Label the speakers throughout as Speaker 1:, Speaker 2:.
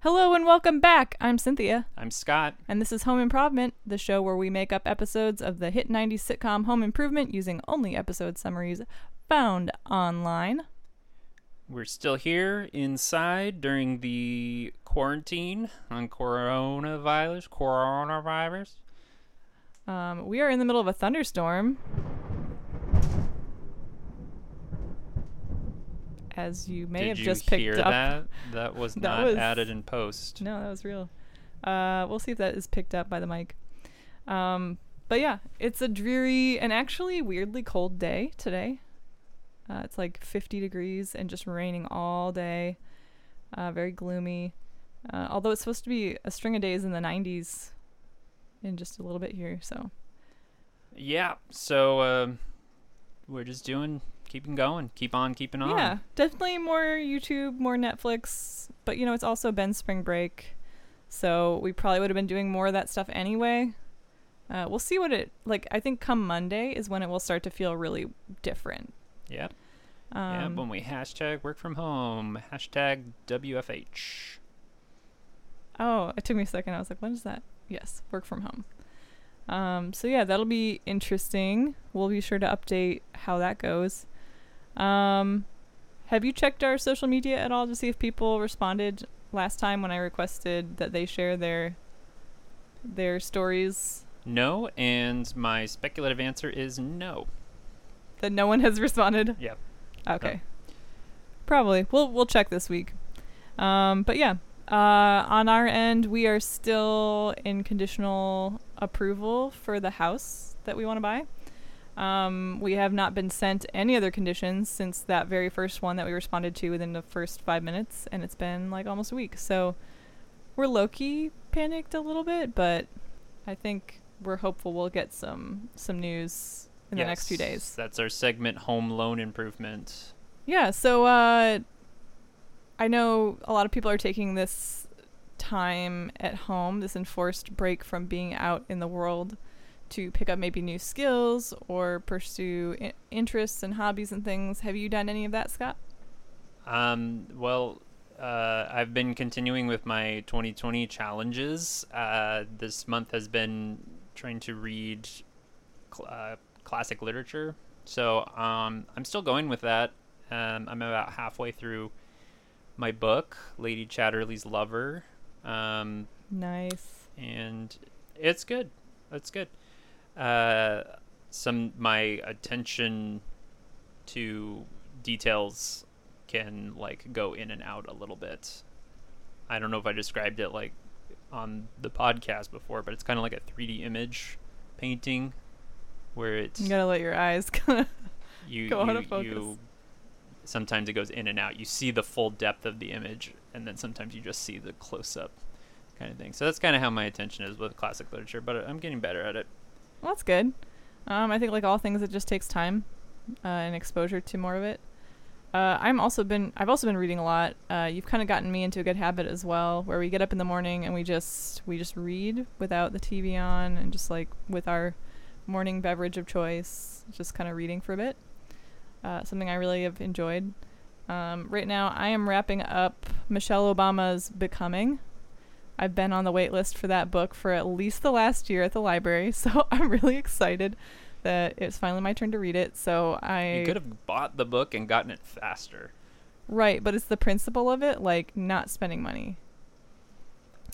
Speaker 1: Hello and welcome back. I'm Cynthia,
Speaker 2: I'm Scott.
Speaker 1: and this is Home Improvement, the show where we make up episodes of the hit 90s sitcom Home Improvement using only episode summaries found online.
Speaker 2: We're still here inside during the quarantine on coronavirus. Coronavirus.
Speaker 1: Um, we are in the middle of a thunderstorm. As you may
Speaker 2: Did
Speaker 1: have
Speaker 2: you
Speaker 1: just picked
Speaker 2: hear
Speaker 1: up.
Speaker 2: that? That was
Speaker 1: That
Speaker 2: not
Speaker 1: was-
Speaker 2: added in post.
Speaker 1: No, that was real. Uh, we'll see if that is picked up by the mic. Um, but yeah, it's a dreary and actually weirdly cold day today. Uh, it's like 50 degrees and just raining all day. Uh, very gloomy. Uh, although it's supposed to be a string of days in the 90s in just a little bit here. So
Speaker 2: Yeah. So um, we're just doing, keeping going, keep on, keeping on.
Speaker 1: yeah, definitely more YouTube, more Netflix. But you know, it's also been spring break, so we probably would have been doing more of that stuff anyway. Uh, we'll see what it like. I think come Monday is when it will start to feel really different.
Speaker 2: Yep. yeah.
Speaker 1: Um,
Speaker 2: When we hashtag work from home, hashtag WFH.
Speaker 1: Oh, it took me a second. I was like, what is that? Yes, work from home. Um, so yeah, that'll be interesting. We'll be sure to update how that goes. Um, have you checked our social media at all to see if people responded last time when I requested that they share their their stories?
Speaker 2: No, and my speculative answer is no.
Speaker 1: That no one has responded.
Speaker 2: Yep.
Speaker 1: Okay. Probably. We'll we'll check this week. Um, but yeah, uh, on our end, we are still in conditional approval for the house that we want to buy. Um, we have not been sent any other conditions since that very first one that we responded to within the first five minutes, and it's been like almost a week. So we're low key panicked a little bit, but I think we're hopeful we'll get some some news in the next few
Speaker 2: Yes,
Speaker 1: days.
Speaker 2: That's our segment, home loan improvement.
Speaker 1: Yeah, so uh, I know a lot of people are taking this time at home, this enforced break from being out in the world, to pick up maybe new skills or pursue I- interests and hobbies and things. Have you done any of that, Scott?
Speaker 2: Um, well, uh, I've been continuing with my 2020 challenges. Uh, this month has been trying to read cl- uh, classic literature. So um, I'm still going with that. Um, I'm about halfway through my book, Lady Chatterley's Lover. Um,
Speaker 1: Nice.
Speaker 2: and it's good. It's good. Uh, some my attention to details can like go in and out a little bit. I don't know if I described it like on the podcast before, but it's kind of like a 3D image painting where it's
Speaker 1: You gotta let your eyes kind of.
Speaker 2: you,
Speaker 1: Go out
Speaker 2: you,
Speaker 1: of focus.
Speaker 2: you sometimes it goes in and out you see the full depth of the image and then sometimes you just see the close up kind of thing so that's kind of how my attention is with classic literature but i'm getting better at it
Speaker 1: Well, that's good. Um, I think like all things, it just takes time uh, and exposure to more of it. Uh, I'm also been I've also been reading a lot. Uh, you've kind of gotten me into a good habit as well, where we get up in the morning and we just we just read without the TV on and just like with our morning beverage of choice, just kind of reading for a bit. Uh, something I really have enjoyed. Um, right now, I am wrapping up Michelle Obama's Becoming. I've been on the wait list for that book for at least the last year at the library, so I'm really excited that it's finally my turn to read it. So I
Speaker 2: you could have bought the book and gotten it faster
Speaker 1: Right, but it's the principle of it, like not spending money.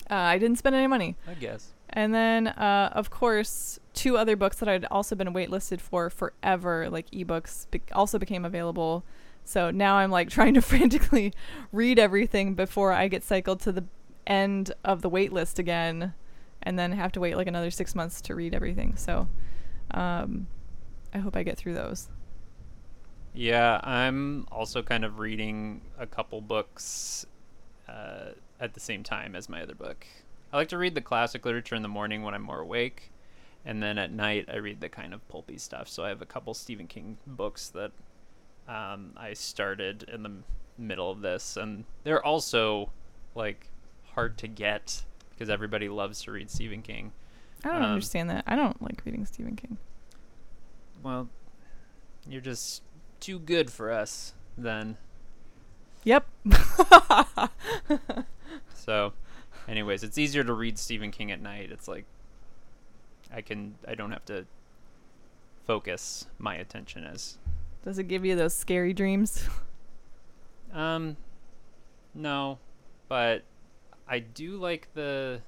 Speaker 1: Uh, I didn't spend any money.
Speaker 2: i guess
Speaker 1: And then, uh, of course, two other books that I'd also been waitlisted for forever, like ebooks, be- also became available. So now I'm like trying to frantically read everything before I get cycled to the end of the waitlist again and then have to wait like another six months to read everything. So um, I hope I get through those.
Speaker 2: yeah i'm also kind of reading a couple books uh, at the same time as my other book i like to read the classic literature in the morning when i'm more awake and then at night i read the kind of pulpy stuff so i have a couple stephen king books that um, I started in the m- middle of this, and they're also like hard to get because everybody loves to read Stephen King.
Speaker 1: I don't
Speaker 2: Um,
Speaker 1: understand that. I don't like reading Stephen King.
Speaker 2: Well, you're just too good for us then.
Speaker 1: Yep.
Speaker 2: So, anyways, it's easier to read Stephen King at night. It's like I can I don't have to focus my attention as
Speaker 1: Does it give you those scary dreams?
Speaker 2: um no, but I do like the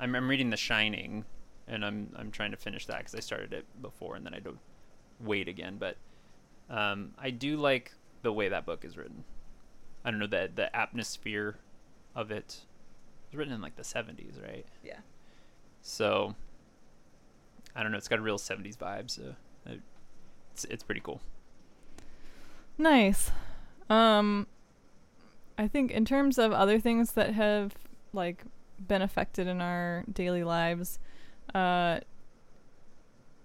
Speaker 2: I'm I'm reading The Shining and I'm I'm trying to finish that cuz I started it before and then I don't wait again, but um I do like the way that book is written. I don't know the the atmosphere of it. It was written in like the 70s, right?
Speaker 1: yeah.
Speaker 2: So I don't know. It's got a real '70s vibe, so it- it's it's pretty cool.
Speaker 1: Nice. Um I think in terms of other things that have like been affected in our daily lives, uh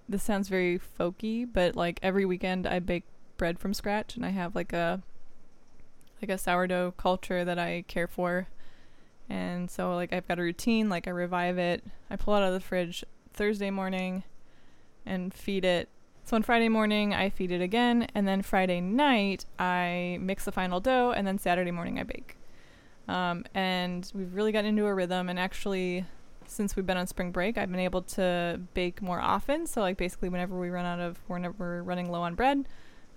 Speaker 1: this sounds very folky, but like every weekend I bake bread from scratch and I have like a like a sourdough culture that I care for. And so like I've got a routine, like I revive it. I pull it out of the fridge Thursday morning and feed it so on Friday morning, I feed it again, and then Friday night, I mix the final dough, and then Saturday morning, I bake. Um, and we've really gotten into a rhythm, and actually, since we've been on spring break, I've been able to bake more often. So, like, basically, whenever we run out of, whenever we're running low on bread,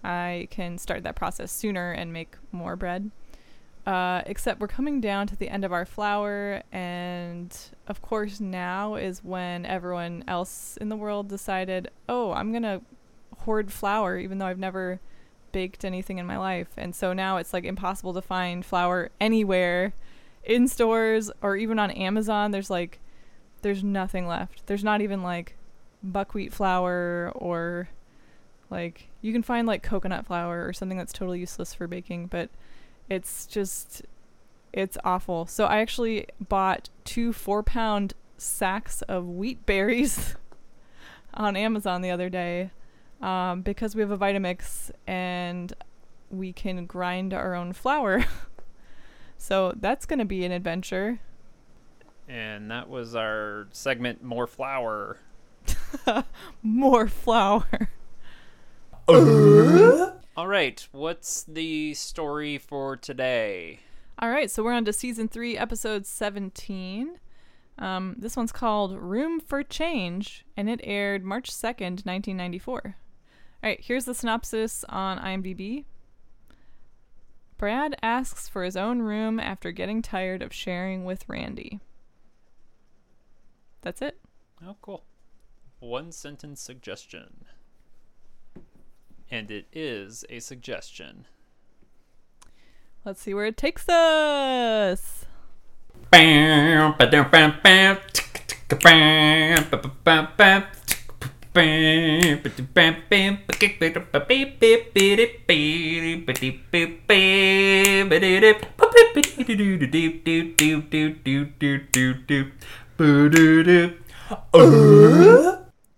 Speaker 1: I can start that process sooner and make more bread. Uh, except we're coming down to the end of our flour, and of course, now is when everyone else in the world decided, oh, I'm gonna hoard flour, even though I've never baked anything in my life. And so now it's like impossible to find flour anywhere in stores or even on Amazon. There's like, there's nothing left. There's not even like buckwheat flour or like, you can find like coconut flour or something that's totally useless for baking, but it's just, it's awful. So I actually bought two four pound sacks of wheat berries on Amazon the other day um, because we have a Vitamix and we can grind our own flour. so that's going to be an adventure.
Speaker 2: And that was our segment, more flour.
Speaker 1: More flour.
Speaker 2: All right, what's the story for today?
Speaker 1: All right, so we're on to season three, episode 17. Um, this one's called Room for Change, and it aired March 2nd, 1994. All right, here's the synopsis on IMDb. Brad asks for his own room after getting tired of sharing with Randy. That's it.
Speaker 2: Oh, cool. One sentence suggestion. And it is a suggestion.
Speaker 1: Let's see where it takes us.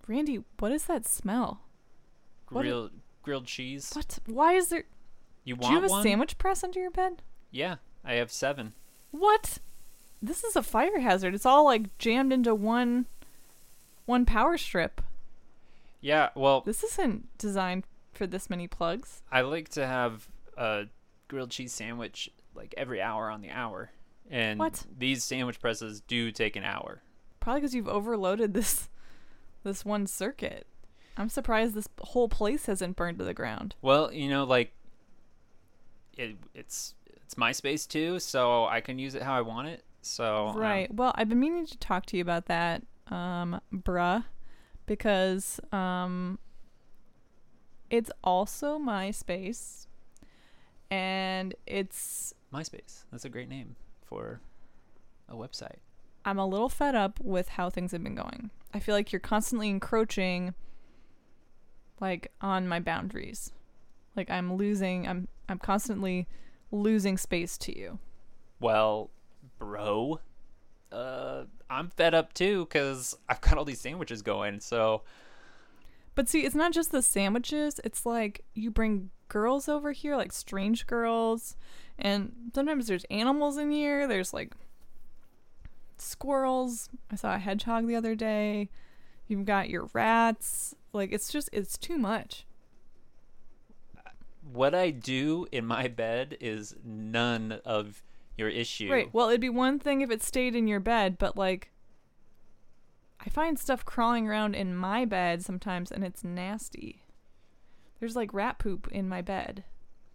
Speaker 1: Randy, what is that smell? What i-
Speaker 2: Grilled grilled cheese.
Speaker 1: What? Why is there?
Speaker 2: You want
Speaker 1: Do you have a
Speaker 2: one?
Speaker 1: sandwich press under your bed?
Speaker 2: Yeah, I have seven.
Speaker 1: What? This is a fire hazard. It's all like jammed into one, one power strip.
Speaker 2: Yeah, well,
Speaker 1: This isn't designed for this many plugs.
Speaker 2: I like to have a grilled cheese sandwich like every hour on the hour. And
Speaker 1: What?
Speaker 2: these sandwich presses do take an hour.
Speaker 1: Probably because you've overloaded this, this one circuit. I'm surprised this whole place hasn't burned to the ground.
Speaker 2: Well, you know, like it, it's it's MySpace too, so I can use it how I want it. So um,
Speaker 1: Right. Well, I've been meaning to talk to you about that, um, bruh, because um, it's also MySpace, and it's
Speaker 2: MySpace. That's a great name for a website.
Speaker 1: I'm a little fed up with how things have been going. I feel like you're constantly encroaching, like on my boundaries. Like I'm losing. I'm I'm constantly losing space to you.
Speaker 2: Well, bro, uh, I'm fed up too because I've got all these sandwiches going. So
Speaker 1: But see, it's not just the sandwiches. It's like you bring girls over here, like strange girls, and sometimes there's animals in here. There's like squirrels. I saw a hedgehog the other day. You've got your rats. Like it's just it's too much.
Speaker 2: what I do in my bed is none of your issue.
Speaker 1: Right. Well, it'd be one thing if it stayed in your bed, but like I find stuff crawling around in my bed sometimes and it's nasty. There's like rat poop in my bed.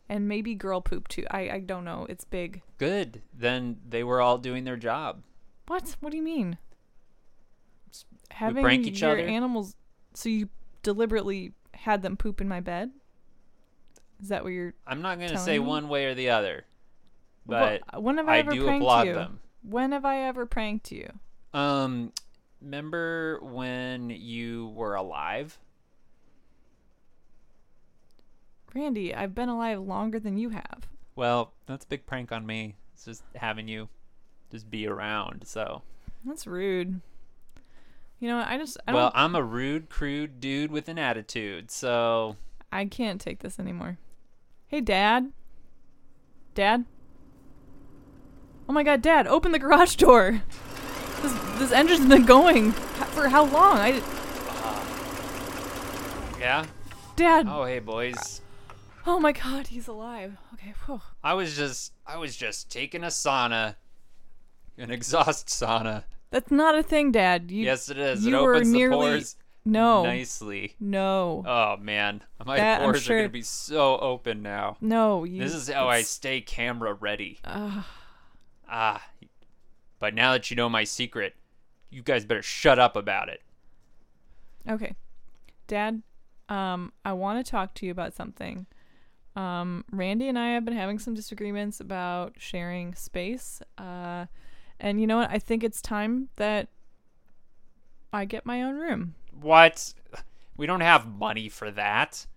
Speaker 1: And maybe girl poop too. I, I don't know. It's big.
Speaker 2: Good. Then they were all doing their job.
Speaker 1: What? What do you mean?
Speaker 2: S-
Speaker 1: Having
Speaker 2: prank each
Speaker 1: your
Speaker 2: other.
Speaker 1: animals so you deliberately had them poop in my bed? Is that what you're
Speaker 2: I'm not going to
Speaker 1: Telling
Speaker 2: say
Speaker 1: them?
Speaker 2: one way or the other,
Speaker 1: Well,
Speaker 2: but
Speaker 1: when have I,
Speaker 2: I
Speaker 1: ever
Speaker 2: do
Speaker 1: pranked
Speaker 2: applaud
Speaker 1: you?
Speaker 2: them.
Speaker 1: When have I ever pranked you?
Speaker 2: Um, remember when you were alive?
Speaker 1: Randy, I've been alive longer than you have.
Speaker 2: Well, that's a big prank on me. It's just having you just be around. So,
Speaker 1: That's rude. You know, I just I
Speaker 2: well,
Speaker 1: don't
Speaker 2: I'm a rude, crude dude with an attitude. So,
Speaker 1: I can't take this anymore. Hey dad. Dad? Oh my god, dad, open the garage door. This this engine's been going h- for how long? I
Speaker 2: yeah.
Speaker 1: Dad. Oh,
Speaker 2: Oh, hey, boys.
Speaker 1: my god, he's alive. Okay. Whew.
Speaker 2: I was just, I was just taking a sauna, an exhaust sauna.
Speaker 1: That's not a thing, dad. You
Speaker 2: Yes, it is.
Speaker 1: you
Speaker 2: it
Speaker 1: were
Speaker 2: opens
Speaker 1: nearly-
Speaker 2: the pores
Speaker 1: No.
Speaker 2: nicely.
Speaker 1: No.
Speaker 2: Oh man, my
Speaker 1: That, I'm
Speaker 2: pores
Speaker 1: sure-
Speaker 2: are gonna be so open now.
Speaker 1: no, you
Speaker 2: This is how I
Speaker 1: that's-
Speaker 2: stay camera ready.
Speaker 1: Ugh.
Speaker 2: Ah, but now that you know my secret, you guys better shut up about it.
Speaker 1: Okay. Dad, um, I want to talk to you about something. Um, Randy and I have been having some disagreements about sharing space. Uh, and you know what? I think it's time that I get my own room.
Speaker 2: What? We don't have money for that.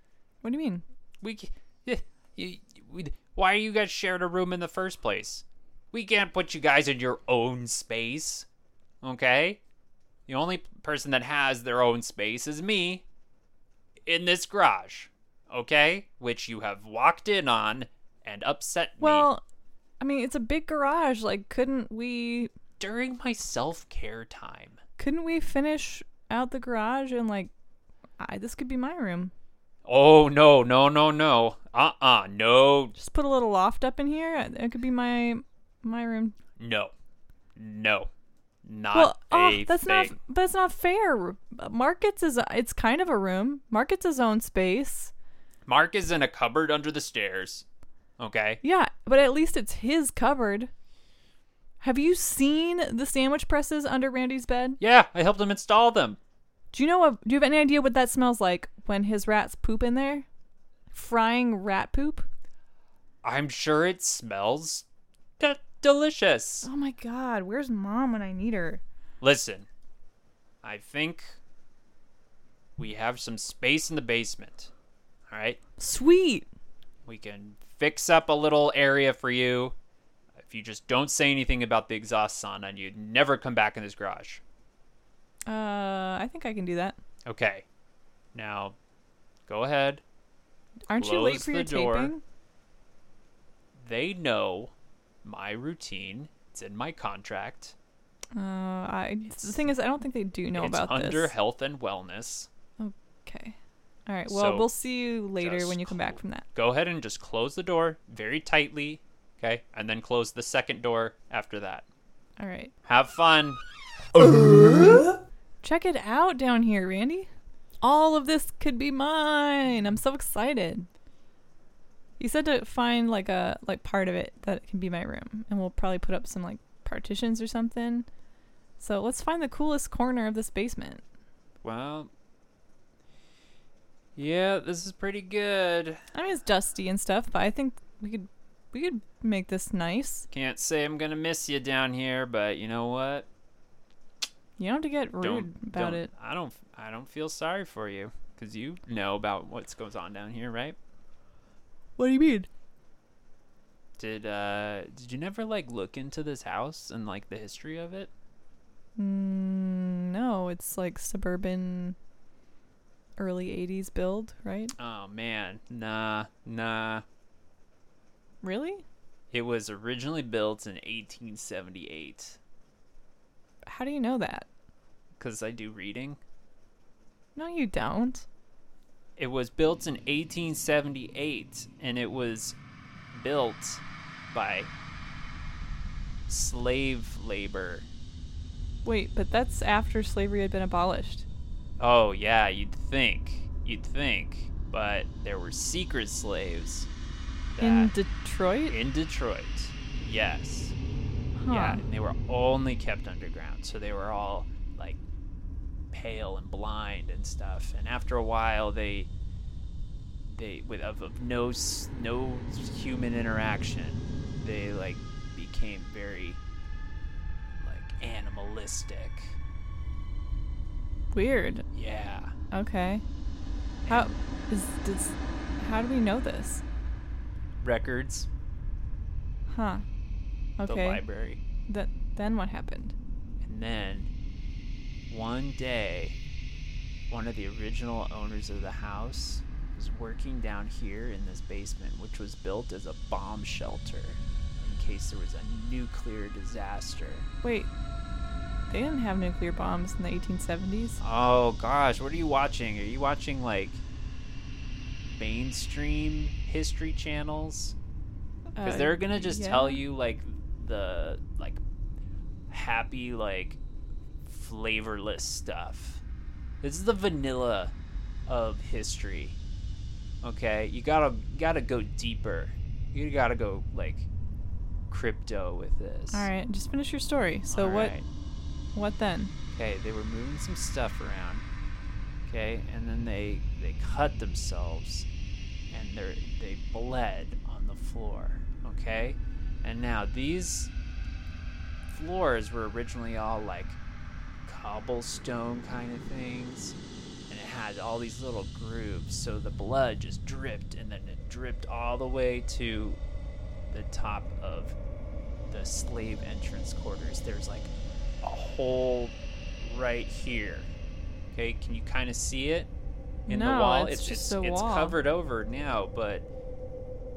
Speaker 1: What do you mean?
Speaker 2: We, c- yeah, you, we, why you guys shared a room in the first place? We can't put you guys in your own space, okay? The only person that has their own space is me in this garage, okay? Which you have walked in on and upset me
Speaker 1: Well, I mean, it's a big garage. Like, couldn't we
Speaker 2: during my self care time.
Speaker 1: couldn't we finish out the garage and like I, this could be my room.
Speaker 2: Oh no, no, no, no. Uh-uh. No.
Speaker 1: Just put a little loft up in here. It could be my my room
Speaker 2: No. No. Not
Speaker 1: well,
Speaker 2: a
Speaker 1: oh, that's not
Speaker 2: thing.
Speaker 1: but it's not fair. Markets is it's kind of a room. Markets his own space.
Speaker 2: Mark is in a cupboard under the stairs. Okay.
Speaker 1: Yeah, but at least it's his cupboard. Have you seen the sandwich presses under Randy's bed?
Speaker 2: Yeah, I helped him install them.
Speaker 1: Do you know what? Do you have any idea what that smells like when his rats poop in there? Frying rat poop.
Speaker 2: I'm sure it smells de- delicious.
Speaker 1: Oh my god, where's mom when I need her?
Speaker 2: Listen, I think we have some space in the basement. All right.
Speaker 1: Sweet.
Speaker 2: We can fix up a little area for you. If you just don't say anything about the exhaust sauna, and you'd never come back in this garage.
Speaker 1: Uh, I think I can do that.
Speaker 2: Okay. Now, go ahead.
Speaker 1: Aren't you late
Speaker 2: Close
Speaker 1: for
Speaker 2: the
Speaker 1: your
Speaker 2: door.
Speaker 1: taping?
Speaker 2: They know my routine. It's in my contract.
Speaker 1: Uh, I the thing is, I don't think they do know
Speaker 2: it's
Speaker 1: about
Speaker 2: under
Speaker 1: this.
Speaker 2: health and wellness.
Speaker 1: Okay. All right. Well,
Speaker 2: So,
Speaker 1: we'll see you later
Speaker 2: just
Speaker 1: when you come back
Speaker 2: cl-
Speaker 1: from that.
Speaker 2: Go ahead and just close the door very tightly, okay? And then close the second door after that.
Speaker 1: All right.
Speaker 2: Have fun.
Speaker 1: Check it out down here, Randy. All of this could be mine. I'm so excited. You said to find like a like part of it that can be my room, and we'll probably put up some like partitions or something. So let's find the coolest corner of this basement.
Speaker 2: Well, yeah, this is pretty good.
Speaker 1: I mean, it's dusty and stuff, but I think we could we could make this nice.
Speaker 2: Can't say I'm gonna miss you down here, but you know what?
Speaker 1: You don't have to get rude
Speaker 2: don't,
Speaker 1: about
Speaker 2: don't-
Speaker 1: it.
Speaker 2: I don't. I don't feel sorry for you because you know about what goes on down here, right?
Speaker 1: What do you mean?
Speaker 2: Did uh did you never like look into this house and like the history of it?
Speaker 1: Mm, no, it's like suburban early 80s build, right?
Speaker 2: Oh man, nah, nah.
Speaker 1: Really?
Speaker 2: It was originally built in 1878
Speaker 1: How do you know that?
Speaker 2: cuz I do reading.
Speaker 1: No, you don't.
Speaker 2: It was built in 1878 and it was built by slave labor.
Speaker 1: Wait, but that's after slavery had been abolished.
Speaker 2: Oh, yeah, you'd think. You'd think. But there were secret slaves
Speaker 1: In
Speaker 2: that-
Speaker 1: Detroit?
Speaker 2: in Detroit. Yes.
Speaker 1: huh.
Speaker 2: Yeah, and they were only kept underground, so they were all like pale and blind and stuff. And after a while, they they with of, of no s- no human interaction, they like became very like animalistic.
Speaker 1: Weird.
Speaker 2: Yeah.
Speaker 1: Okay. How
Speaker 2: And
Speaker 1: is does how do we know this?
Speaker 2: records?
Speaker 1: Huh.
Speaker 2: The
Speaker 1: Okay.
Speaker 2: library.
Speaker 1: Th- then what happened?
Speaker 2: And then one day, one of the original owners of the house was working down here in this basement, which was built as a bomb shelter in case there was a nuclear disaster.
Speaker 1: Wait. They didn't have nuclear bombs in the 1870s.
Speaker 2: Oh gosh, what are you watching? Are you watching like mainstream history channels? Because
Speaker 1: Uh,
Speaker 2: they're gonna just tell
Speaker 1: yeah.
Speaker 2: you like the like happy like flavorless stuff. This is the vanilla of history. Okay, you gotta gotta go deeper. You gotta go like crypto with this.
Speaker 1: All right, just finish your story. So
Speaker 2: All
Speaker 1: what
Speaker 2: right.
Speaker 1: what then?
Speaker 2: Okay, they were moving some stuff around. Okay, and then they they cut themselves, and they are they bled on the floor. Okay, and now these floors were originally all like cobblestone kind of things, and it had all these little grooves, so the blood just dripped, and then it dripped all the way to the top of the slave entrance quarters. There's like a hole right here. Okay, can you kind of see it in the
Speaker 1: No,
Speaker 2: wall?
Speaker 1: it's just
Speaker 2: it's,
Speaker 1: a
Speaker 2: it's
Speaker 1: wall.
Speaker 2: covered over now, but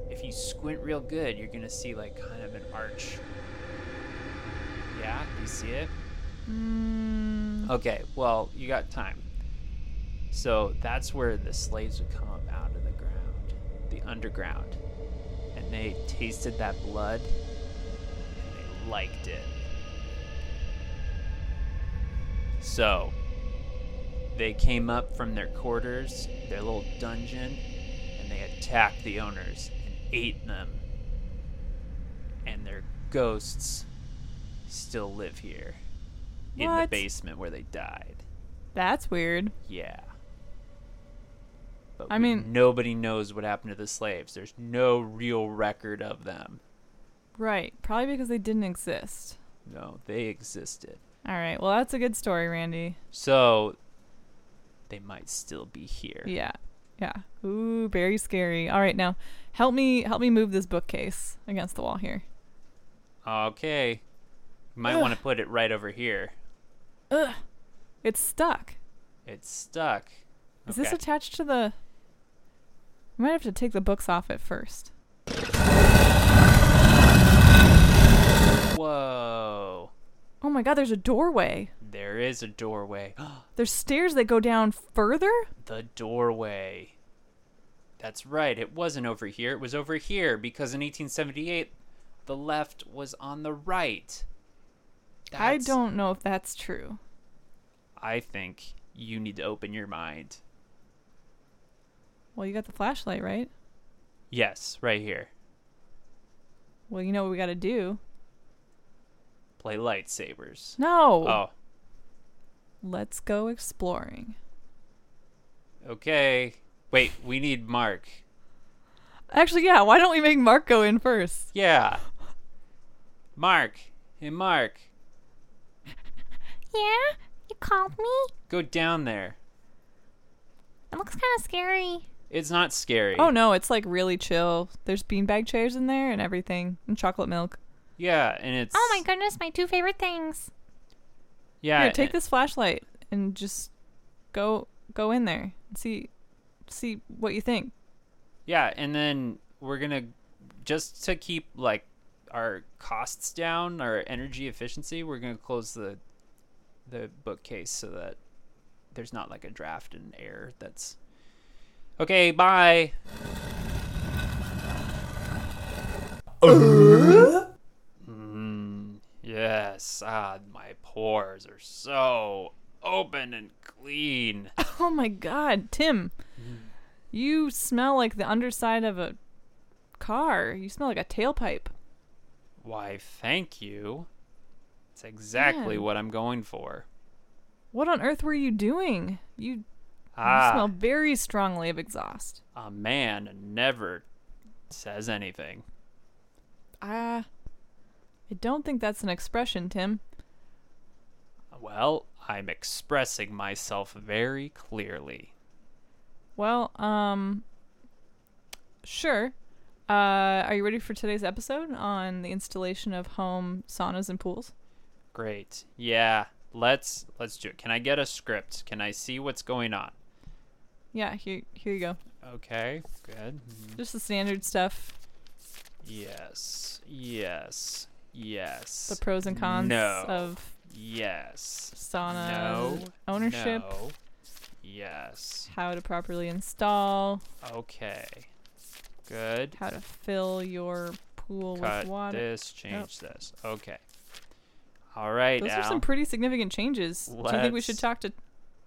Speaker 2: if you squint real good, you're gonna see like kind of an arch. Yeah, you see it?
Speaker 1: Mm,
Speaker 2: Okay, well, you got time. So that's where the slaves would come up out of the ground, the underground. And they tasted that blood and they liked it. So they came up from their quarters, their little dungeon, and they attacked the owners and ate them. And their ghosts still live here in the
Speaker 1: What?
Speaker 2: basement where they died.
Speaker 1: that's weird.
Speaker 2: Yeah. But
Speaker 1: I
Speaker 2: we-
Speaker 1: mean-
Speaker 2: nobody knows what happened to the slaves. There's no real record of them.
Speaker 1: Right. Probably because they didn't exist.
Speaker 2: No, they existed.
Speaker 1: All right. Well, that's a good story, Randy.
Speaker 2: So they might still be here.
Speaker 1: Yeah. Yeah. Ooh, very scary. All right, now help me help me move this bookcase against the wall here.
Speaker 2: Okay. You might want to put it right over here.
Speaker 1: Ugh. It's stuck.
Speaker 2: It's stuck.
Speaker 1: Is this
Speaker 2: Okay.
Speaker 1: attached to the I might have to take the books off at first.
Speaker 2: Whoa.
Speaker 1: Oh my god, there's a doorway.
Speaker 2: There is a doorway.
Speaker 1: There's stairs that go down further?
Speaker 2: the doorway. That's right. It wasn't over here. It was over here because in 1878, the left was on the right.
Speaker 1: I
Speaker 2: That's-
Speaker 1: don't know if that's true.
Speaker 2: I think you need to open your mind.
Speaker 1: Well, you got the flashlight, right?
Speaker 2: Yes, right here.
Speaker 1: Well, you know what we got to do.
Speaker 2: Play lightsabers.
Speaker 1: No.
Speaker 2: Oh,
Speaker 1: Let's go exploring.
Speaker 2: okay. Wait, we need Mark.
Speaker 1: Actually, yeah, why don't we make Mark go in first?
Speaker 2: Yeah. Mark. Hey, Mark.
Speaker 3: Yeah? You called me?
Speaker 2: Go down there.
Speaker 3: It looks kind of scary.
Speaker 2: It's not scary.
Speaker 1: Oh no, it's like really chill. There's beanbag chairs in there and everything, and chocolate milk.
Speaker 2: Yeah, and it's.
Speaker 3: Oh my goodness, my two favorite things.
Speaker 2: Yeah.
Speaker 1: Here, take
Speaker 2: and-
Speaker 1: this flashlight and just go go in there and see see what you think.
Speaker 2: Yeah, and then we're gonna just to keep like our costs down, our energy efficiency. We're gonna close the the bookcase so that there's not like a draft and air. That's okay. Bye. Mm, Yes. Ah, my pores are so open and clean.
Speaker 1: Oh my god, Tim. You smell like the underside of a car. You smell like a tailpipe.
Speaker 2: Why, thank you. It's exactly
Speaker 1: Man.
Speaker 2: what I'm going for.
Speaker 1: What on earth were you doing? You, you
Speaker 2: Ah,
Speaker 1: smell very strongly of exhaust.
Speaker 2: a man never says anything.
Speaker 1: Ah. I don't think that's an expression, Tim.
Speaker 2: Well, I'm expressing myself very clearly.
Speaker 1: Well, um sure. Uh are you ready for today's episode on the installation of home saunas and pools?
Speaker 2: Great. Yeah, let's let's do it. Can I get a script? Can I see what's going on?
Speaker 1: Yeah, here here you go.
Speaker 2: Okay, good.
Speaker 1: Just the standard stuff,
Speaker 2: Yes. Yes. Yes.
Speaker 1: the pros and cons
Speaker 2: No.
Speaker 1: of
Speaker 2: yes.
Speaker 1: sauna
Speaker 2: no.
Speaker 1: ownership,
Speaker 2: No. Yes.
Speaker 1: how to properly install,
Speaker 2: Okay. Good.
Speaker 1: how to fill your pool
Speaker 2: Cut
Speaker 1: with water.
Speaker 2: this, change this. Okay. All right,
Speaker 1: Those are
Speaker 2: Al.
Speaker 1: some pretty significant changes. Do you think we should
Speaker 2: Let's-
Speaker 1: talk to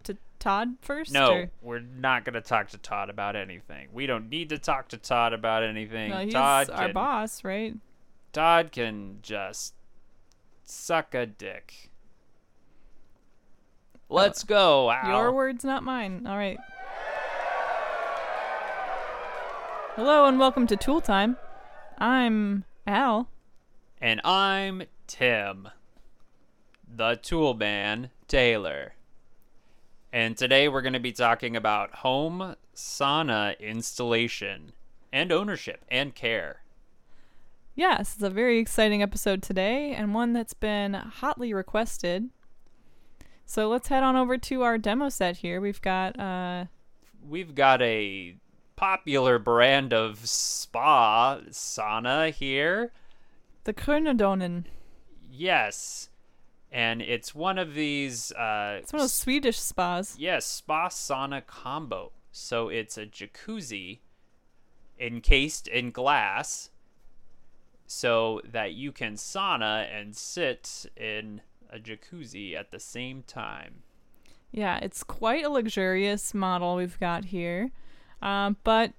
Speaker 1: to Todd first?
Speaker 2: No,
Speaker 1: or-
Speaker 2: we're not going to talk to Todd about anything. We don't need to talk to Todd about anything.
Speaker 1: No, he's
Speaker 2: Todd
Speaker 1: our
Speaker 2: can,
Speaker 1: boss, right?
Speaker 2: Todd can just suck a dick. Let's go, Al.
Speaker 1: Your words, not mine. All right. Hello and welcome to Tool Time. I'm Al.
Speaker 2: And I'm Tim, the tool man Taylor. And today we're going to be talking about home sauna installation and ownership and care.
Speaker 1: Yes, it's a very exciting episode today and one that's been hotly requested. So let's head on over to our demo set here. We've got uh
Speaker 2: We've got a popular brand of spa sauna here.
Speaker 1: the Kronodonen.
Speaker 2: Yes. And it's one of these uh
Speaker 1: It's one of those Swedish spas.
Speaker 2: Yes, spa sauna combo. So it's a jacuzzi encased in glass so that you can sauna and sit in a jacuzzi at the same time.
Speaker 1: Yeah, it's quite a luxurious model we've got here, um, but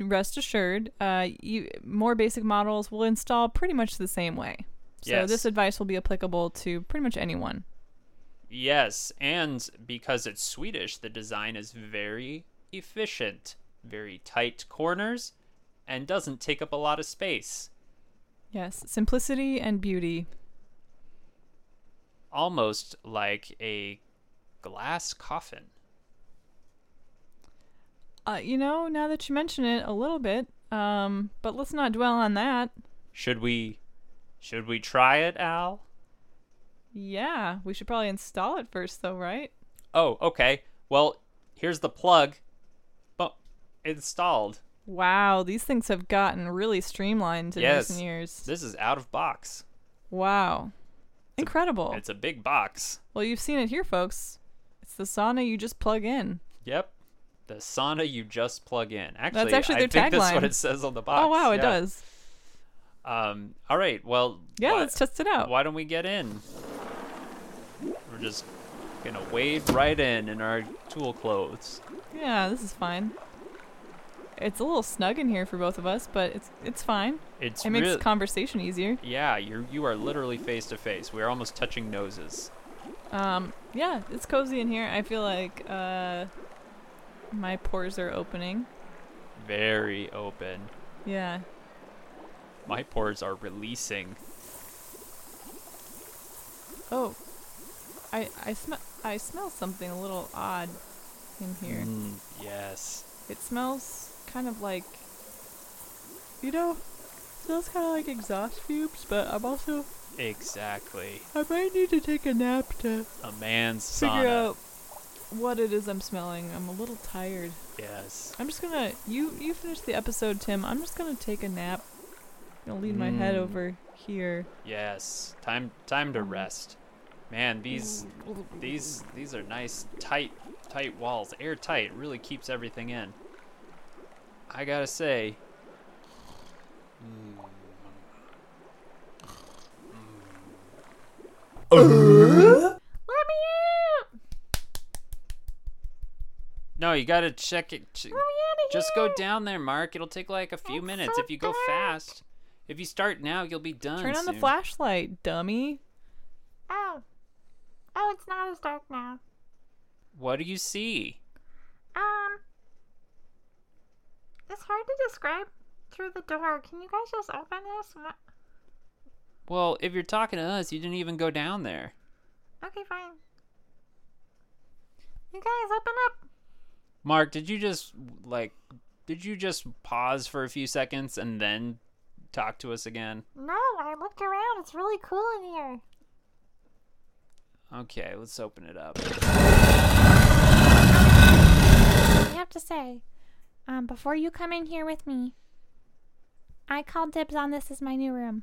Speaker 1: rest assured, uh, you, more basic models will install pretty much the same way. So
Speaker 2: Yes.
Speaker 1: this advice will be applicable to pretty much anyone.
Speaker 2: Yes, and because it's Swedish, the design is very efficient, very tight corners, and doesn't take up a lot of space.
Speaker 1: Yes, simplicity and beauty.
Speaker 2: Almost like a glass coffin.
Speaker 1: Uh, you know, now that you mention it a little bit, um, but let's not dwell on that.
Speaker 2: Should we should we try it, Al?
Speaker 1: Yeah, we should probably install it first, though, right?
Speaker 2: Oh, okay. Well, here's the plug. But installed.
Speaker 1: Wow, these things have gotten really streamlined in
Speaker 2: Yes.
Speaker 1: recent years.
Speaker 2: This is out of box.
Speaker 1: Wow. Incredible.
Speaker 2: It's a big box.
Speaker 1: Well, you've seen it here, folks. It's the sauna you just plug in.
Speaker 2: Yep. The sauna you just plug in. Actually,
Speaker 1: actually
Speaker 2: I
Speaker 1: their
Speaker 2: think that's what
Speaker 1: tagline.
Speaker 2: it says on the box.
Speaker 1: oh, wow, it
Speaker 2: Yeah.
Speaker 1: does.
Speaker 2: Um, all right. Well,
Speaker 1: Yeah,
Speaker 2: why,
Speaker 1: let's test it out.
Speaker 2: why don't we get in? We're just gonna wade right in in our tool clothes.
Speaker 1: Yeah, this is fine. It's a little snug in here for both of us, but it's it's fine.
Speaker 2: It's
Speaker 1: it makes
Speaker 2: real-
Speaker 1: conversation easier.
Speaker 2: yeah. You you are literally face to face. We are almost touching noses.
Speaker 1: Um, yeah, it's cozy in here. I feel like uh, my pores are opening.
Speaker 2: Very open.
Speaker 1: Yeah.
Speaker 2: My pores are releasing.
Speaker 1: Oh, I I smell I smell something a little odd in here.
Speaker 2: Mm, yes.
Speaker 1: It smells kind of like, you know, it smells kind of like exhaust fumes. But I'm also
Speaker 2: Exactly.
Speaker 1: I might need to take a nap to
Speaker 2: A man's
Speaker 1: figure
Speaker 2: sauna.
Speaker 1: out what it is I'm smelling. I'm a little tired.
Speaker 2: Yes.
Speaker 1: I'm just gonna you you finish the episode, Tim. I'm just gonna take a nap. I'm gonna lean my head
Speaker 2: Mm.
Speaker 1: over here.
Speaker 2: Yes. Time time
Speaker 1: Mm.
Speaker 2: to rest. Man, these these these are nice tight tight walls. Airtight. Really keeps everything in. I got to say. Mm. Mm.
Speaker 3: Let me out!
Speaker 2: No, you gotta check it. ch-
Speaker 3: Let me out of
Speaker 2: Just
Speaker 3: here!
Speaker 2: go down there, Mark. It'll take like a few
Speaker 3: It's
Speaker 2: minutes
Speaker 3: so
Speaker 2: if you go
Speaker 3: dark.
Speaker 2: fast. If you start now, you'll be done.
Speaker 1: Turn on the
Speaker 2: soon.
Speaker 1: flashlight, dummy.
Speaker 3: Oh. Oh, it's not as dark now.
Speaker 2: What do you see?
Speaker 3: Um. It's hard to describe through the door. Can you guys just open this? What?
Speaker 2: Well, if you're talking to us, you didn't even go down there.
Speaker 3: Okay, fine. You guys, open up.
Speaker 2: Mark, did you just like did you just pause for a few seconds and then talk to us again?
Speaker 3: No, I looked around. It's really cool in here.
Speaker 2: Okay, let's open it up.
Speaker 3: I have to say, um, before you come in here with me, I called dibs on this as my new room.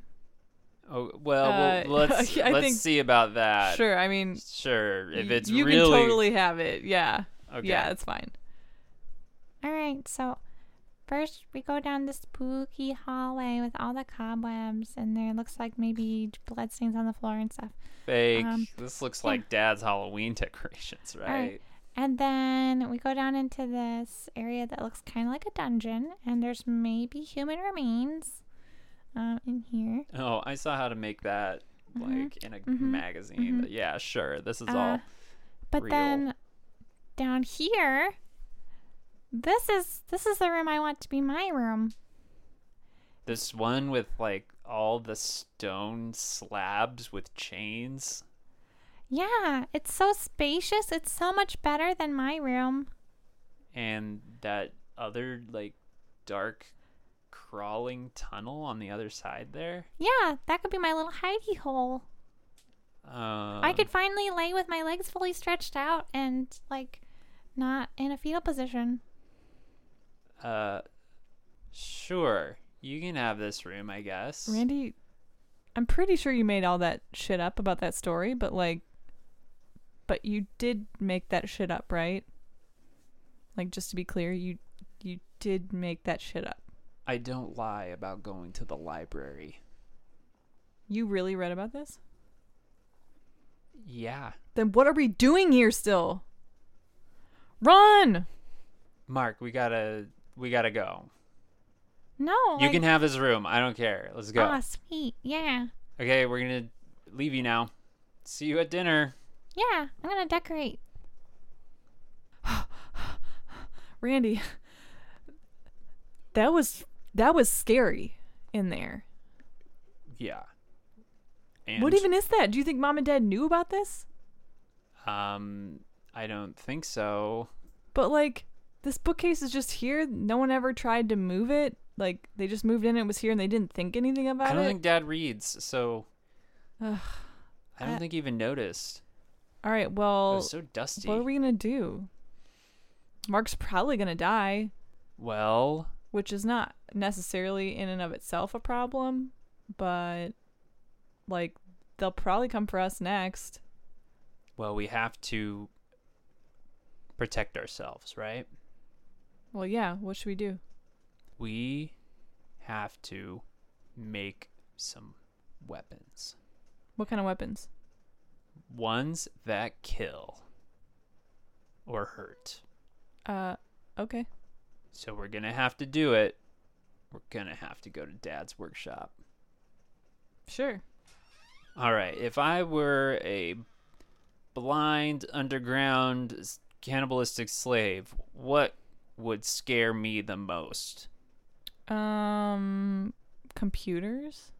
Speaker 2: Oh, well,
Speaker 1: Uh,
Speaker 2: we'll let's
Speaker 1: I
Speaker 2: let's
Speaker 1: think-
Speaker 2: see about that.
Speaker 1: Sure, I mean,
Speaker 2: Sure. If
Speaker 1: y-
Speaker 2: it's
Speaker 1: you
Speaker 2: really
Speaker 1: can totally have it. Yeah,
Speaker 2: okay.
Speaker 1: yeah, it's fine.
Speaker 3: All right, so first we go down this spooky hallway with all the cobwebs, and there looks like maybe bloodstains on the floor and stuff.
Speaker 2: fake.
Speaker 3: um,
Speaker 2: this looks like dad's Halloween decorations, right?
Speaker 3: right. And then we go down into this area that looks kind of like a dungeon, and there's maybe human remains um, in here.
Speaker 2: Oh, I saw how to make that like
Speaker 1: Mm-hmm.
Speaker 2: in a magazine. Yeah, sure. This is
Speaker 3: Uh,
Speaker 2: all
Speaker 3: But
Speaker 2: Real.
Speaker 3: then down here, this is this is the room I want to be my room.
Speaker 2: this one with like all the stone slabs with chains.
Speaker 3: Yeah, it's so spacious. It's so much better than my room.
Speaker 2: and that other like dark crawling tunnel on the other side there.
Speaker 3: Yeah, that could be my little hidey hole.
Speaker 2: Um,
Speaker 3: I could finally lay with my legs fully stretched out and like not in a fetal position.
Speaker 2: Uh, sure, you can have this room, I guess.
Speaker 1: Randy, I'm pretty sure you made all that shit up about that story, but like, but you did make that shit up, right? Like, just to be clear, you you did make that shit up.
Speaker 2: I don't lie about going to the library.
Speaker 1: You really read about this?
Speaker 2: Yeah,
Speaker 1: Then what are we doing here still? Run!
Speaker 2: Mark, we gotta we gotta go.
Speaker 3: No,
Speaker 2: you
Speaker 3: like,
Speaker 2: can have his room. I don't care. Let's go.
Speaker 3: Aw, sweet. Yeah,
Speaker 2: Okay, we're gonna leave you now. See you at dinner.
Speaker 3: yeah. I'm gonna decorate.
Speaker 1: Randy, that was that was scary in there.
Speaker 2: Yeah. And,
Speaker 1: What even is that? Do you think mom and dad knew about this?
Speaker 2: Um, I don't think so.
Speaker 1: But like this bookcase is just here. No one ever tried to move it. Like they just moved in, it was here, and they didn't think anything about
Speaker 2: I don't
Speaker 1: it.
Speaker 2: think Dad reads, so
Speaker 1: Ugh.
Speaker 2: I don't
Speaker 1: I-
Speaker 2: think he even noticed.
Speaker 1: All right,
Speaker 2: it
Speaker 1: well,
Speaker 2: was so dusty.
Speaker 1: what are we gonna do? Mark's probably gonna die,
Speaker 2: Well,
Speaker 1: which is not necessarily in and of itself a problem, but like they'll probably come for us next.
Speaker 2: well, we have to protect ourselves, right?
Speaker 1: Well, yeah. What should we do?
Speaker 2: We have to make some weapons,
Speaker 1: What kind of weapons?
Speaker 2: ones that kill or hurt.
Speaker 1: Uh, okay.
Speaker 2: So we're gonna have to do it. We're gonna have to go to Dad's workshop.
Speaker 1: Sure.
Speaker 2: All right, if I were a blind underground s- cannibalistic slave, what would scare me the most?
Speaker 1: Um, computers,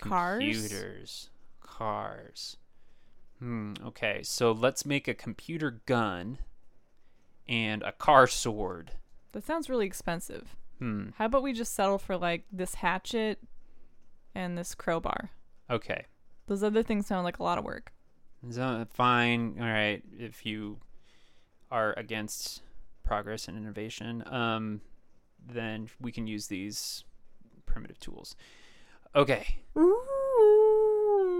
Speaker 1: cars.
Speaker 2: Computers. Cars. Hmm, okay. So let's make a computer gun and a car sword.
Speaker 1: That sounds really expensive.
Speaker 2: Hmm.
Speaker 1: How about we just settle for like this hatchet and this crowbar?
Speaker 2: Okay.
Speaker 1: Those other things sound like a lot of work.
Speaker 2: So, fine. All right. If you are against progress and innovation, um, then we can use these primitive tools. Okay.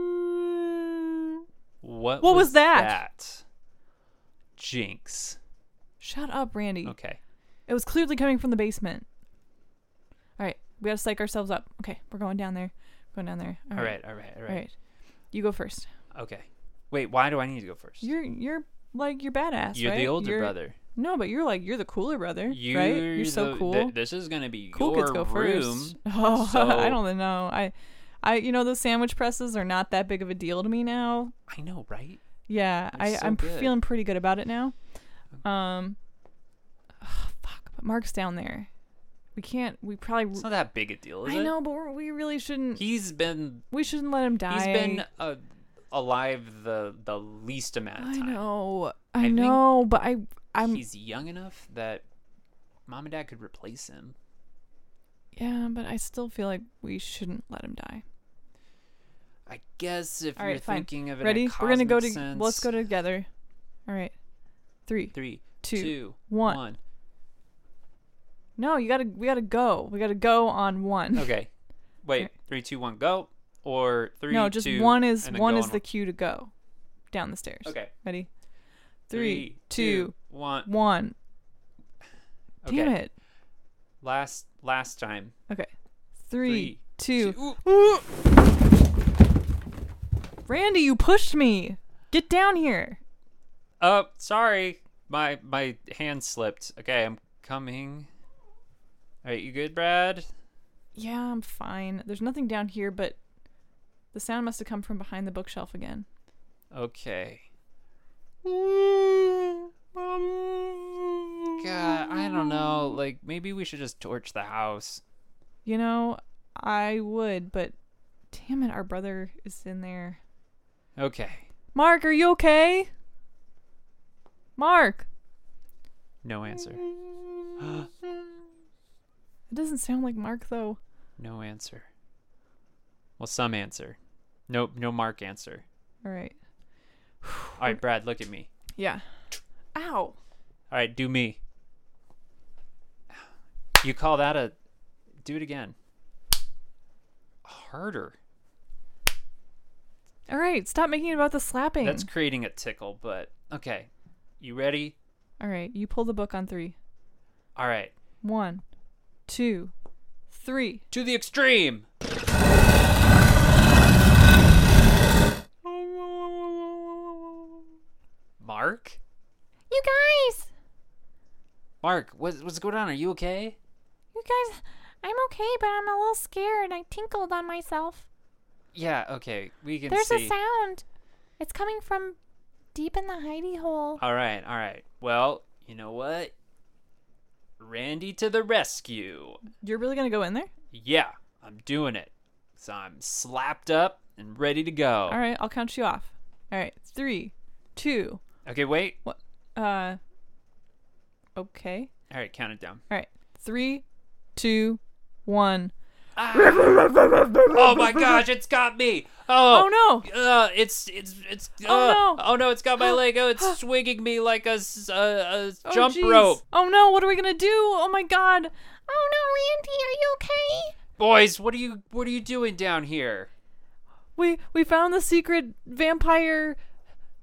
Speaker 1: Ooh.
Speaker 2: What,
Speaker 1: What was that?
Speaker 2: that? Jinx.
Speaker 1: Shut up, Randy.
Speaker 2: Okay.
Speaker 1: It was clearly coming from the basement. All right, we gotta psych ourselves up. Okay, we're going down there. Going down there.
Speaker 2: All right. All right. All right.
Speaker 1: All right. You go first.
Speaker 2: Okay. Wait, why do I need to go first?
Speaker 1: You're you're like you're badass.
Speaker 2: You're the
Speaker 1: right?
Speaker 2: older
Speaker 1: You're-
Speaker 2: brother.
Speaker 1: No, but you're like you're the cooler brother,
Speaker 2: You're
Speaker 1: right? You're so
Speaker 2: the-
Speaker 1: cool.
Speaker 2: th- this is gonna be
Speaker 1: cool
Speaker 2: your
Speaker 1: kids go
Speaker 2: room.
Speaker 1: first. Oh, I
Speaker 2: so-
Speaker 1: don't know. I, I you know those sandwich presses are not that big of a deal to me now.
Speaker 2: I know, right?
Speaker 1: Yeah,
Speaker 2: They're
Speaker 1: I,
Speaker 2: so
Speaker 1: I'm pr-
Speaker 2: good.
Speaker 1: feeling pretty good about it now. Um, oh, fuck, but Mark's down there. We can't. We probably.
Speaker 2: It's not that big a deal, is
Speaker 1: I
Speaker 2: it?
Speaker 1: know, but we're, we really shouldn't.
Speaker 2: He's been
Speaker 1: we shouldn't let him die.
Speaker 2: he's been uh, alive the the least amount of
Speaker 1: I
Speaker 2: time.
Speaker 1: know.
Speaker 2: I
Speaker 1: I,
Speaker 2: think
Speaker 1: know, but I. I'm.
Speaker 2: He's young enough that mom and dad could replace him.
Speaker 1: yeah, but I still feel like we shouldn't let him die.
Speaker 2: I guess if
Speaker 1: All
Speaker 2: you're
Speaker 1: right, fine.
Speaker 2: thinking of it,
Speaker 1: Ready?
Speaker 2: In a
Speaker 1: We're gonna go to.
Speaker 2: cosmic Sense,
Speaker 1: Let's go together. All right. Three.
Speaker 2: three,
Speaker 1: two,
Speaker 2: two,
Speaker 1: one.
Speaker 2: one.
Speaker 1: No, you gotta. We gotta go. We gotta go on one.
Speaker 2: Okay, wait,
Speaker 1: Alright.
Speaker 2: three, two, one, go. Or three,
Speaker 1: no, just
Speaker 2: two,
Speaker 1: one is
Speaker 2: and then
Speaker 1: one
Speaker 2: go
Speaker 1: is
Speaker 2: on
Speaker 1: the cue to go down the stairs.
Speaker 2: Okay,
Speaker 1: Ready?
Speaker 2: three,
Speaker 1: Three, two,
Speaker 2: one.
Speaker 1: one.
Speaker 2: Okay.
Speaker 1: Damn it.
Speaker 2: Last last time.
Speaker 1: Okay. Three, two.
Speaker 2: two- ooh.
Speaker 1: Ooh. Randy, you pushed me. Get down here.
Speaker 2: Uh, sorry, my my hand slipped. Okay, I'm coming. All right, you good, Brad?
Speaker 1: Yeah, I'm fine. There's nothing down here, but the sound must have come from behind the bookshelf again.
Speaker 2: Okay. God, I don't know. Like, maybe we should just torch the house.
Speaker 1: You know, I would, but damn it, our brother is in there.
Speaker 2: Okay.
Speaker 1: Mark, are you okay? Mark,
Speaker 2: No answer.
Speaker 1: it doesn't sound like Mark though.
Speaker 2: no answer. Well, some answer. Nope, no mark answer.
Speaker 1: All right.
Speaker 2: All right, Brad, look at me.
Speaker 1: Yeah. Ow.
Speaker 2: All right, do me. You call that a. Do it again. Harder.
Speaker 1: All right, stop making it about the slapping.
Speaker 2: That's creating a tickle, but. Okay. You ready?
Speaker 1: All right, you pull the book on three.
Speaker 2: All right.
Speaker 1: One, two, three.
Speaker 2: To the extreme! Mark?
Speaker 3: You guys!
Speaker 2: Mark, what's, what's going on? Are you okay?
Speaker 3: You guys, I'm okay, but I'm a little scared. I tinkled on myself.
Speaker 2: Yeah, okay. We can
Speaker 3: There's
Speaker 2: see.
Speaker 3: a sound. It's coming from deep in the hidey hole.
Speaker 2: All right, all right. Well, you know what? Randy to the rescue.
Speaker 1: You're really gonna go in there?
Speaker 2: Yeah, I'm doing it. So I'm slapped up and ready to go.
Speaker 1: All right, I'll count you off. All right, three, two.
Speaker 2: Okay, wait.
Speaker 1: What? Uh. Okay.
Speaker 2: All right, count it down.
Speaker 1: All right, three, two, one.
Speaker 2: Oh my gosh, it's got me. Oh,
Speaker 1: Oh no!
Speaker 2: Uh, it's it's it's. Uh,
Speaker 1: Oh, no.
Speaker 2: Oh no! It's got my leg. Oh, it's swinging me like a, s- a- a
Speaker 1: Oh,
Speaker 2: jump
Speaker 1: jeez.
Speaker 2: rope.
Speaker 1: Oh no! What are we gonna do? Oh my god!
Speaker 3: Oh no, Randy, are you okay?
Speaker 2: Boys, what are you what are you doing down here?
Speaker 1: We we found the secret vampire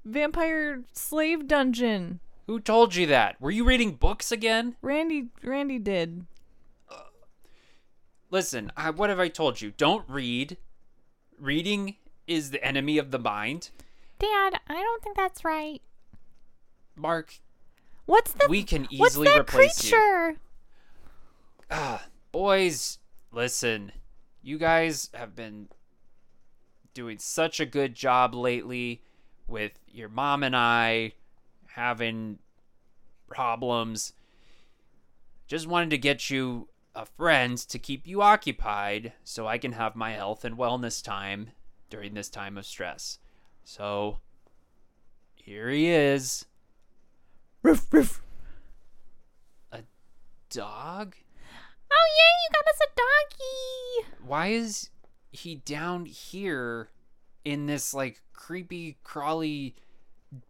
Speaker 1: vampire slave dungeon.
Speaker 2: Who told you that? Were you reading books again?
Speaker 1: Randy Randy did.
Speaker 2: Listen, I, what have I told you? Don't read. Reading is the enemy of the mind.
Speaker 3: Dad, I don't think that's right.
Speaker 2: Mark,
Speaker 3: What's the
Speaker 2: we can
Speaker 3: what's
Speaker 2: easily
Speaker 3: that
Speaker 2: replace you.
Speaker 3: creature?
Speaker 2: Ah, boys, listen. You guys have been doing such a good job lately with your mom and I having problems. Just wanted to get you a friend to keep you occupied so I can have my health and wellness time during this time of stress. So, here he is.
Speaker 1: Riff riff.
Speaker 2: Dog?
Speaker 3: Oh yeah, you got us a doggy.
Speaker 2: why is he down here in this like creepy crawly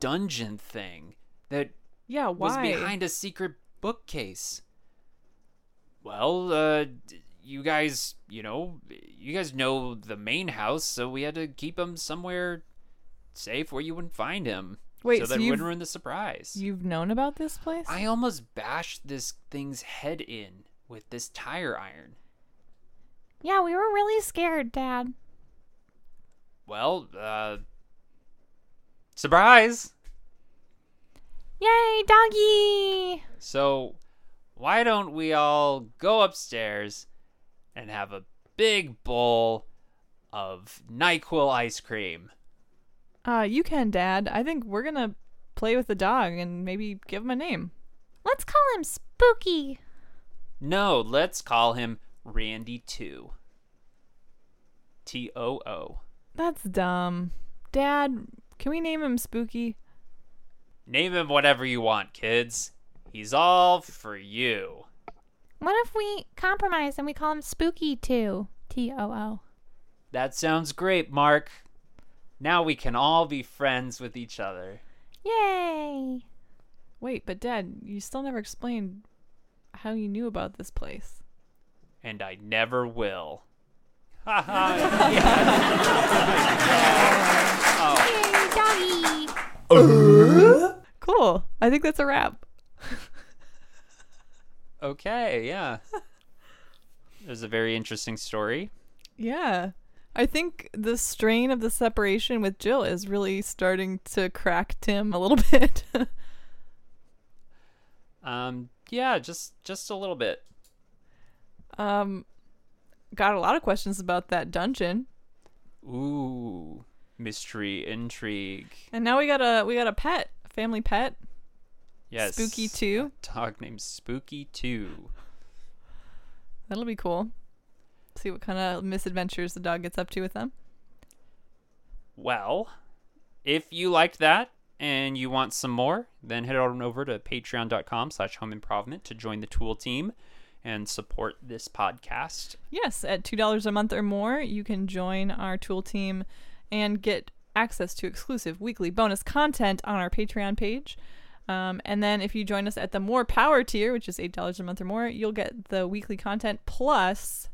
Speaker 2: dungeon thing that
Speaker 1: Yeah,
Speaker 2: was
Speaker 1: why?
Speaker 2: behind a secret bookcase well uh d- you guys you know you guys know the main house so we had to keep him somewhere safe where you wouldn't find him
Speaker 1: Wait,
Speaker 2: so
Speaker 1: so
Speaker 2: that
Speaker 1: you've-
Speaker 2: wouldn't ruin the surprise
Speaker 1: You've known about this place?
Speaker 2: i almost bashed this thing's head in with this tire iron
Speaker 3: Yeah, we were really scared, Dad.
Speaker 2: Well, uh, Surprise!
Speaker 3: Yay, doggy!
Speaker 2: So, why don't we all go upstairs and have a big bowl of NyQuil ice cream?
Speaker 1: Uh, you can, Dad. I think we're gonna play with the dog and maybe give him a name.
Speaker 3: Let's call him Spooky.
Speaker 2: No, let's call him Randy 2. T O O.
Speaker 1: That's dumb. Dad, can we name him Spooky?
Speaker 2: Name him whatever you want, kids. He's all for you.
Speaker 3: What if we compromise and we call him Spooky too? T O O.
Speaker 2: That sounds great, Mark. Now we can all be friends with each other.
Speaker 3: Yay!
Speaker 1: Wait, but Dad, you still never explained how you knew about this place.
Speaker 2: And I never will.
Speaker 3: Yay, doggy!
Speaker 1: Cool. I think that's a wrap.
Speaker 2: okay, yeah. It was a very interesting story.
Speaker 1: Yeah. I think the strain of the separation with Jill is really starting to crack Tim a little bit.
Speaker 2: Um, yeah, just just a little bit.
Speaker 1: um got a lot of questions about that dungeon.
Speaker 2: Ooh, mystery, intrigue.
Speaker 1: And now we got a we got a pet, a family pet,
Speaker 2: Yes.
Speaker 1: Spooky 2.
Speaker 2: a Dog named Spooky Two.
Speaker 1: That'll be cool. See what kind of misadventures the dog gets up to with them.
Speaker 2: Well, if you liked that and you want some more, then head on over to patreon.com slash home improvement to join the tool team and support this podcast.
Speaker 1: Yes, at $2 a month or more, you can join our tool team and get access to exclusive weekly bonus content on our Patreon page. Um, and then if you join us at the more power tier, which is $8 a month or more, you'll get the weekly content plus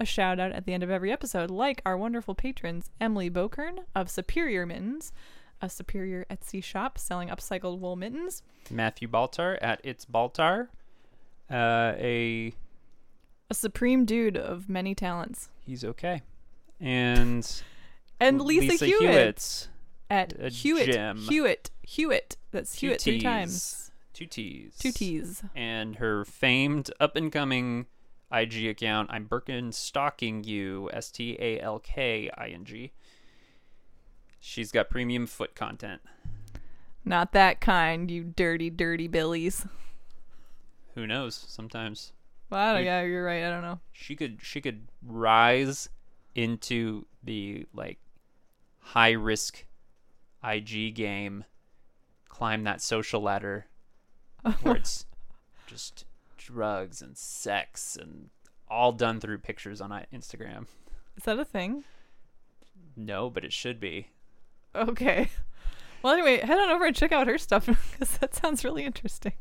Speaker 1: a shout out at the end of every episode, like our wonderful patrons, Emily Bokern of Superior Mittens, a superior Etsy shop selling upcycled wool mittens,
Speaker 2: Matthew Baltar at It's Baltar. Uh, a
Speaker 1: a supreme dude of many talents,
Speaker 2: he's okay. And
Speaker 1: and Lisa, Hewitt. at
Speaker 2: a
Speaker 1: Hewitt.
Speaker 2: gem.
Speaker 1: Hewitt. Hewitt. That's
Speaker 2: Two
Speaker 1: Hewitt three
Speaker 2: Ts.
Speaker 1: times.
Speaker 2: Two T's.
Speaker 1: Two T's.
Speaker 2: And her famed up and coming IG account, I'm Birkin Stalking You, S T A L K I N G. She's got premium foot content.
Speaker 1: Not that kind, you dirty, dirty billies.
Speaker 2: Who knows? Sometimes
Speaker 1: Well, I don't,
Speaker 2: You-
Speaker 1: yeah, you're right. I don't know.
Speaker 2: she could she could rise into the like high risk IG game, climb that social ladder where it's just drugs and sex and all done through pictures on I- Instagram.
Speaker 1: Is that a thing?
Speaker 2: No, but it should be.
Speaker 1: Okay. Well, anyway, head on over and check out her stuff because that sounds really interesting.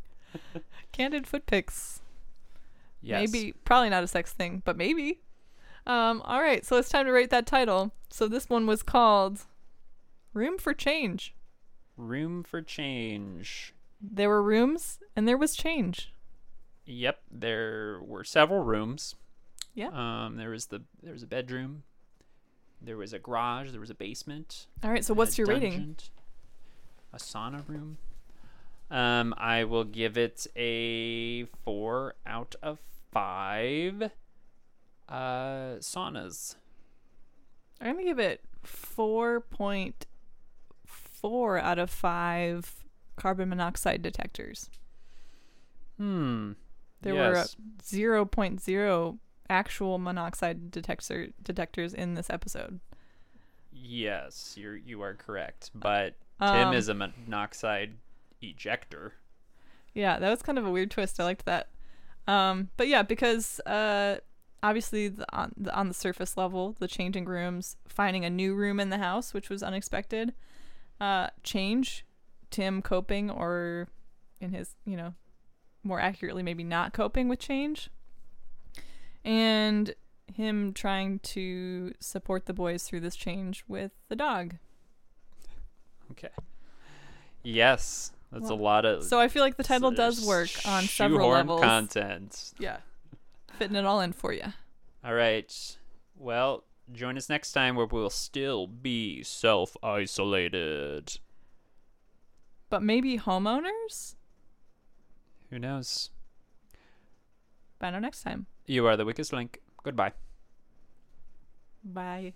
Speaker 1: Candid foot pics.
Speaker 2: Yes.
Speaker 1: Maybe, probably not a sex thing, but maybe. Um, all right, so it's time to rate that title. So this one was called Room for Change.
Speaker 2: room for change.
Speaker 1: There were rooms and there was change.
Speaker 2: Yep, there were several rooms.
Speaker 1: Yeah.
Speaker 2: Um, there was the there was a bedroom. There was a garage. There was a basement.
Speaker 1: All right, so
Speaker 2: and
Speaker 1: what's
Speaker 2: a
Speaker 1: your rating?
Speaker 2: dungeon, A sauna room. Um, I will give it a four out of five. Uh, saunas.
Speaker 1: I'm gonna give it four point four out of five carbon monoxide detectors.
Speaker 2: Hmm.
Speaker 1: There
Speaker 2: Yes.
Speaker 1: were uh, zero point zero actual monoxide detector detectors in this episode.
Speaker 2: Yes, you you are correct. But
Speaker 1: Um,
Speaker 2: Tim is a monoxide ejector.
Speaker 1: Yeah, that was kind of a weird twist. I liked that. Um, but yeah, because uh, obviously the, on the on the surface level, the changing rooms, finding a new room in the house, which was unexpected. Uh, change, Tim coping, or in his you know, more accurately, maybe not coping with change, and him trying to support the boys through this change with the dog.
Speaker 2: Okay. Yes, that's
Speaker 1: Well,
Speaker 2: a lot of.
Speaker 1: So I feel like the title does work on several
Speaker 2: shoehorn
Speaker 1: levels.
Speaker 2: Content.
Speaker 1: Yeah, fitting it all in for you.
Speaker 2: All right. Well, Join us next time where we'll still be self isolated.
Speaker 1: But maybe homeowners?
Speaker 2: Who knows?
Speaker 1: Find out next time.
Speaker 2: You are the weakest link. Goodbye.
Speaker 1: Bye.